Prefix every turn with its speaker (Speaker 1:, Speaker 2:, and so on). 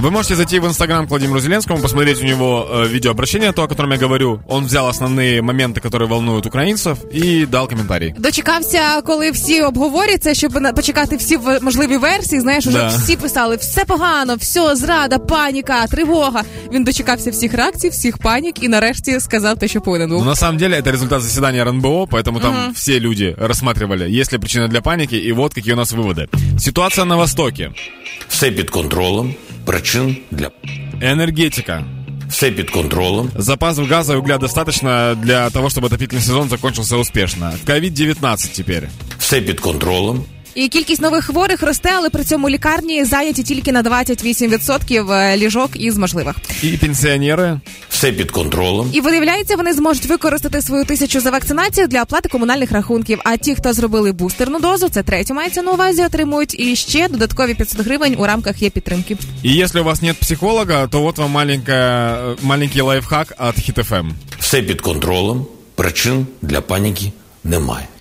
Speaker 1: Вы можете зайти в инстаграм к Владимиру Зеленскому, посмотреть у него э, видеообращение, то, о котором я говорю. Он взял основные моменты, которые волнуют украинцев, и дал комментарий.
Speaker 2: Дочекався, коли всі обговорять це, щоб на- почекати всі в- можливі версії. Знаєш, уже
Speaker 1: Да.
Speaker 2: всі писали все погано, все, зрада, паніка, тривога. Він дочекався всіх реакцій, всіх панік і нарешті сказав те, що повинен
Speaker 1: Но
Speaker 2: був.
Speaker 1: на самом деле это результат заседания РНБО, поэтому там все люди рассматривали, есть ли причина для паники, и вот какие у нас выводы. Ситуация на Востоке.
Speaker 3: Все під контролем. Причин для
Speaker 1: Энергетика.
Speaker 3: все під контролем.
Speaker 1: Запасов газа и угля достаточно для того, чтобы отопительный сезон закончился успешно. Ковид-19 теперь.
Speaker 3: Все під контролем.
Speaker 2: І кількість нових хворих росте, але при цьому лікарні зайняті тільки на 28% е, ліжок із можливих.
Speaker 1: И пенсионеры.
Speaker 3: Все під контролем.
Speaker 2: І виявляється, вони зможуть використати свою тисячу за вакцинацію для оплати комунальних рахунків. А ті, хто зробили бустерну дозу, це третю мається на увазі, отримують і ще додаткові 500 гривень у рамках є підтримки.
Speaker 1: И если у вас нет психолога, то вот вам маленькая, э, маленький лайфхак от Хит-ФМ.
Speaker 3: Все під контролем. Причин для паніки немає.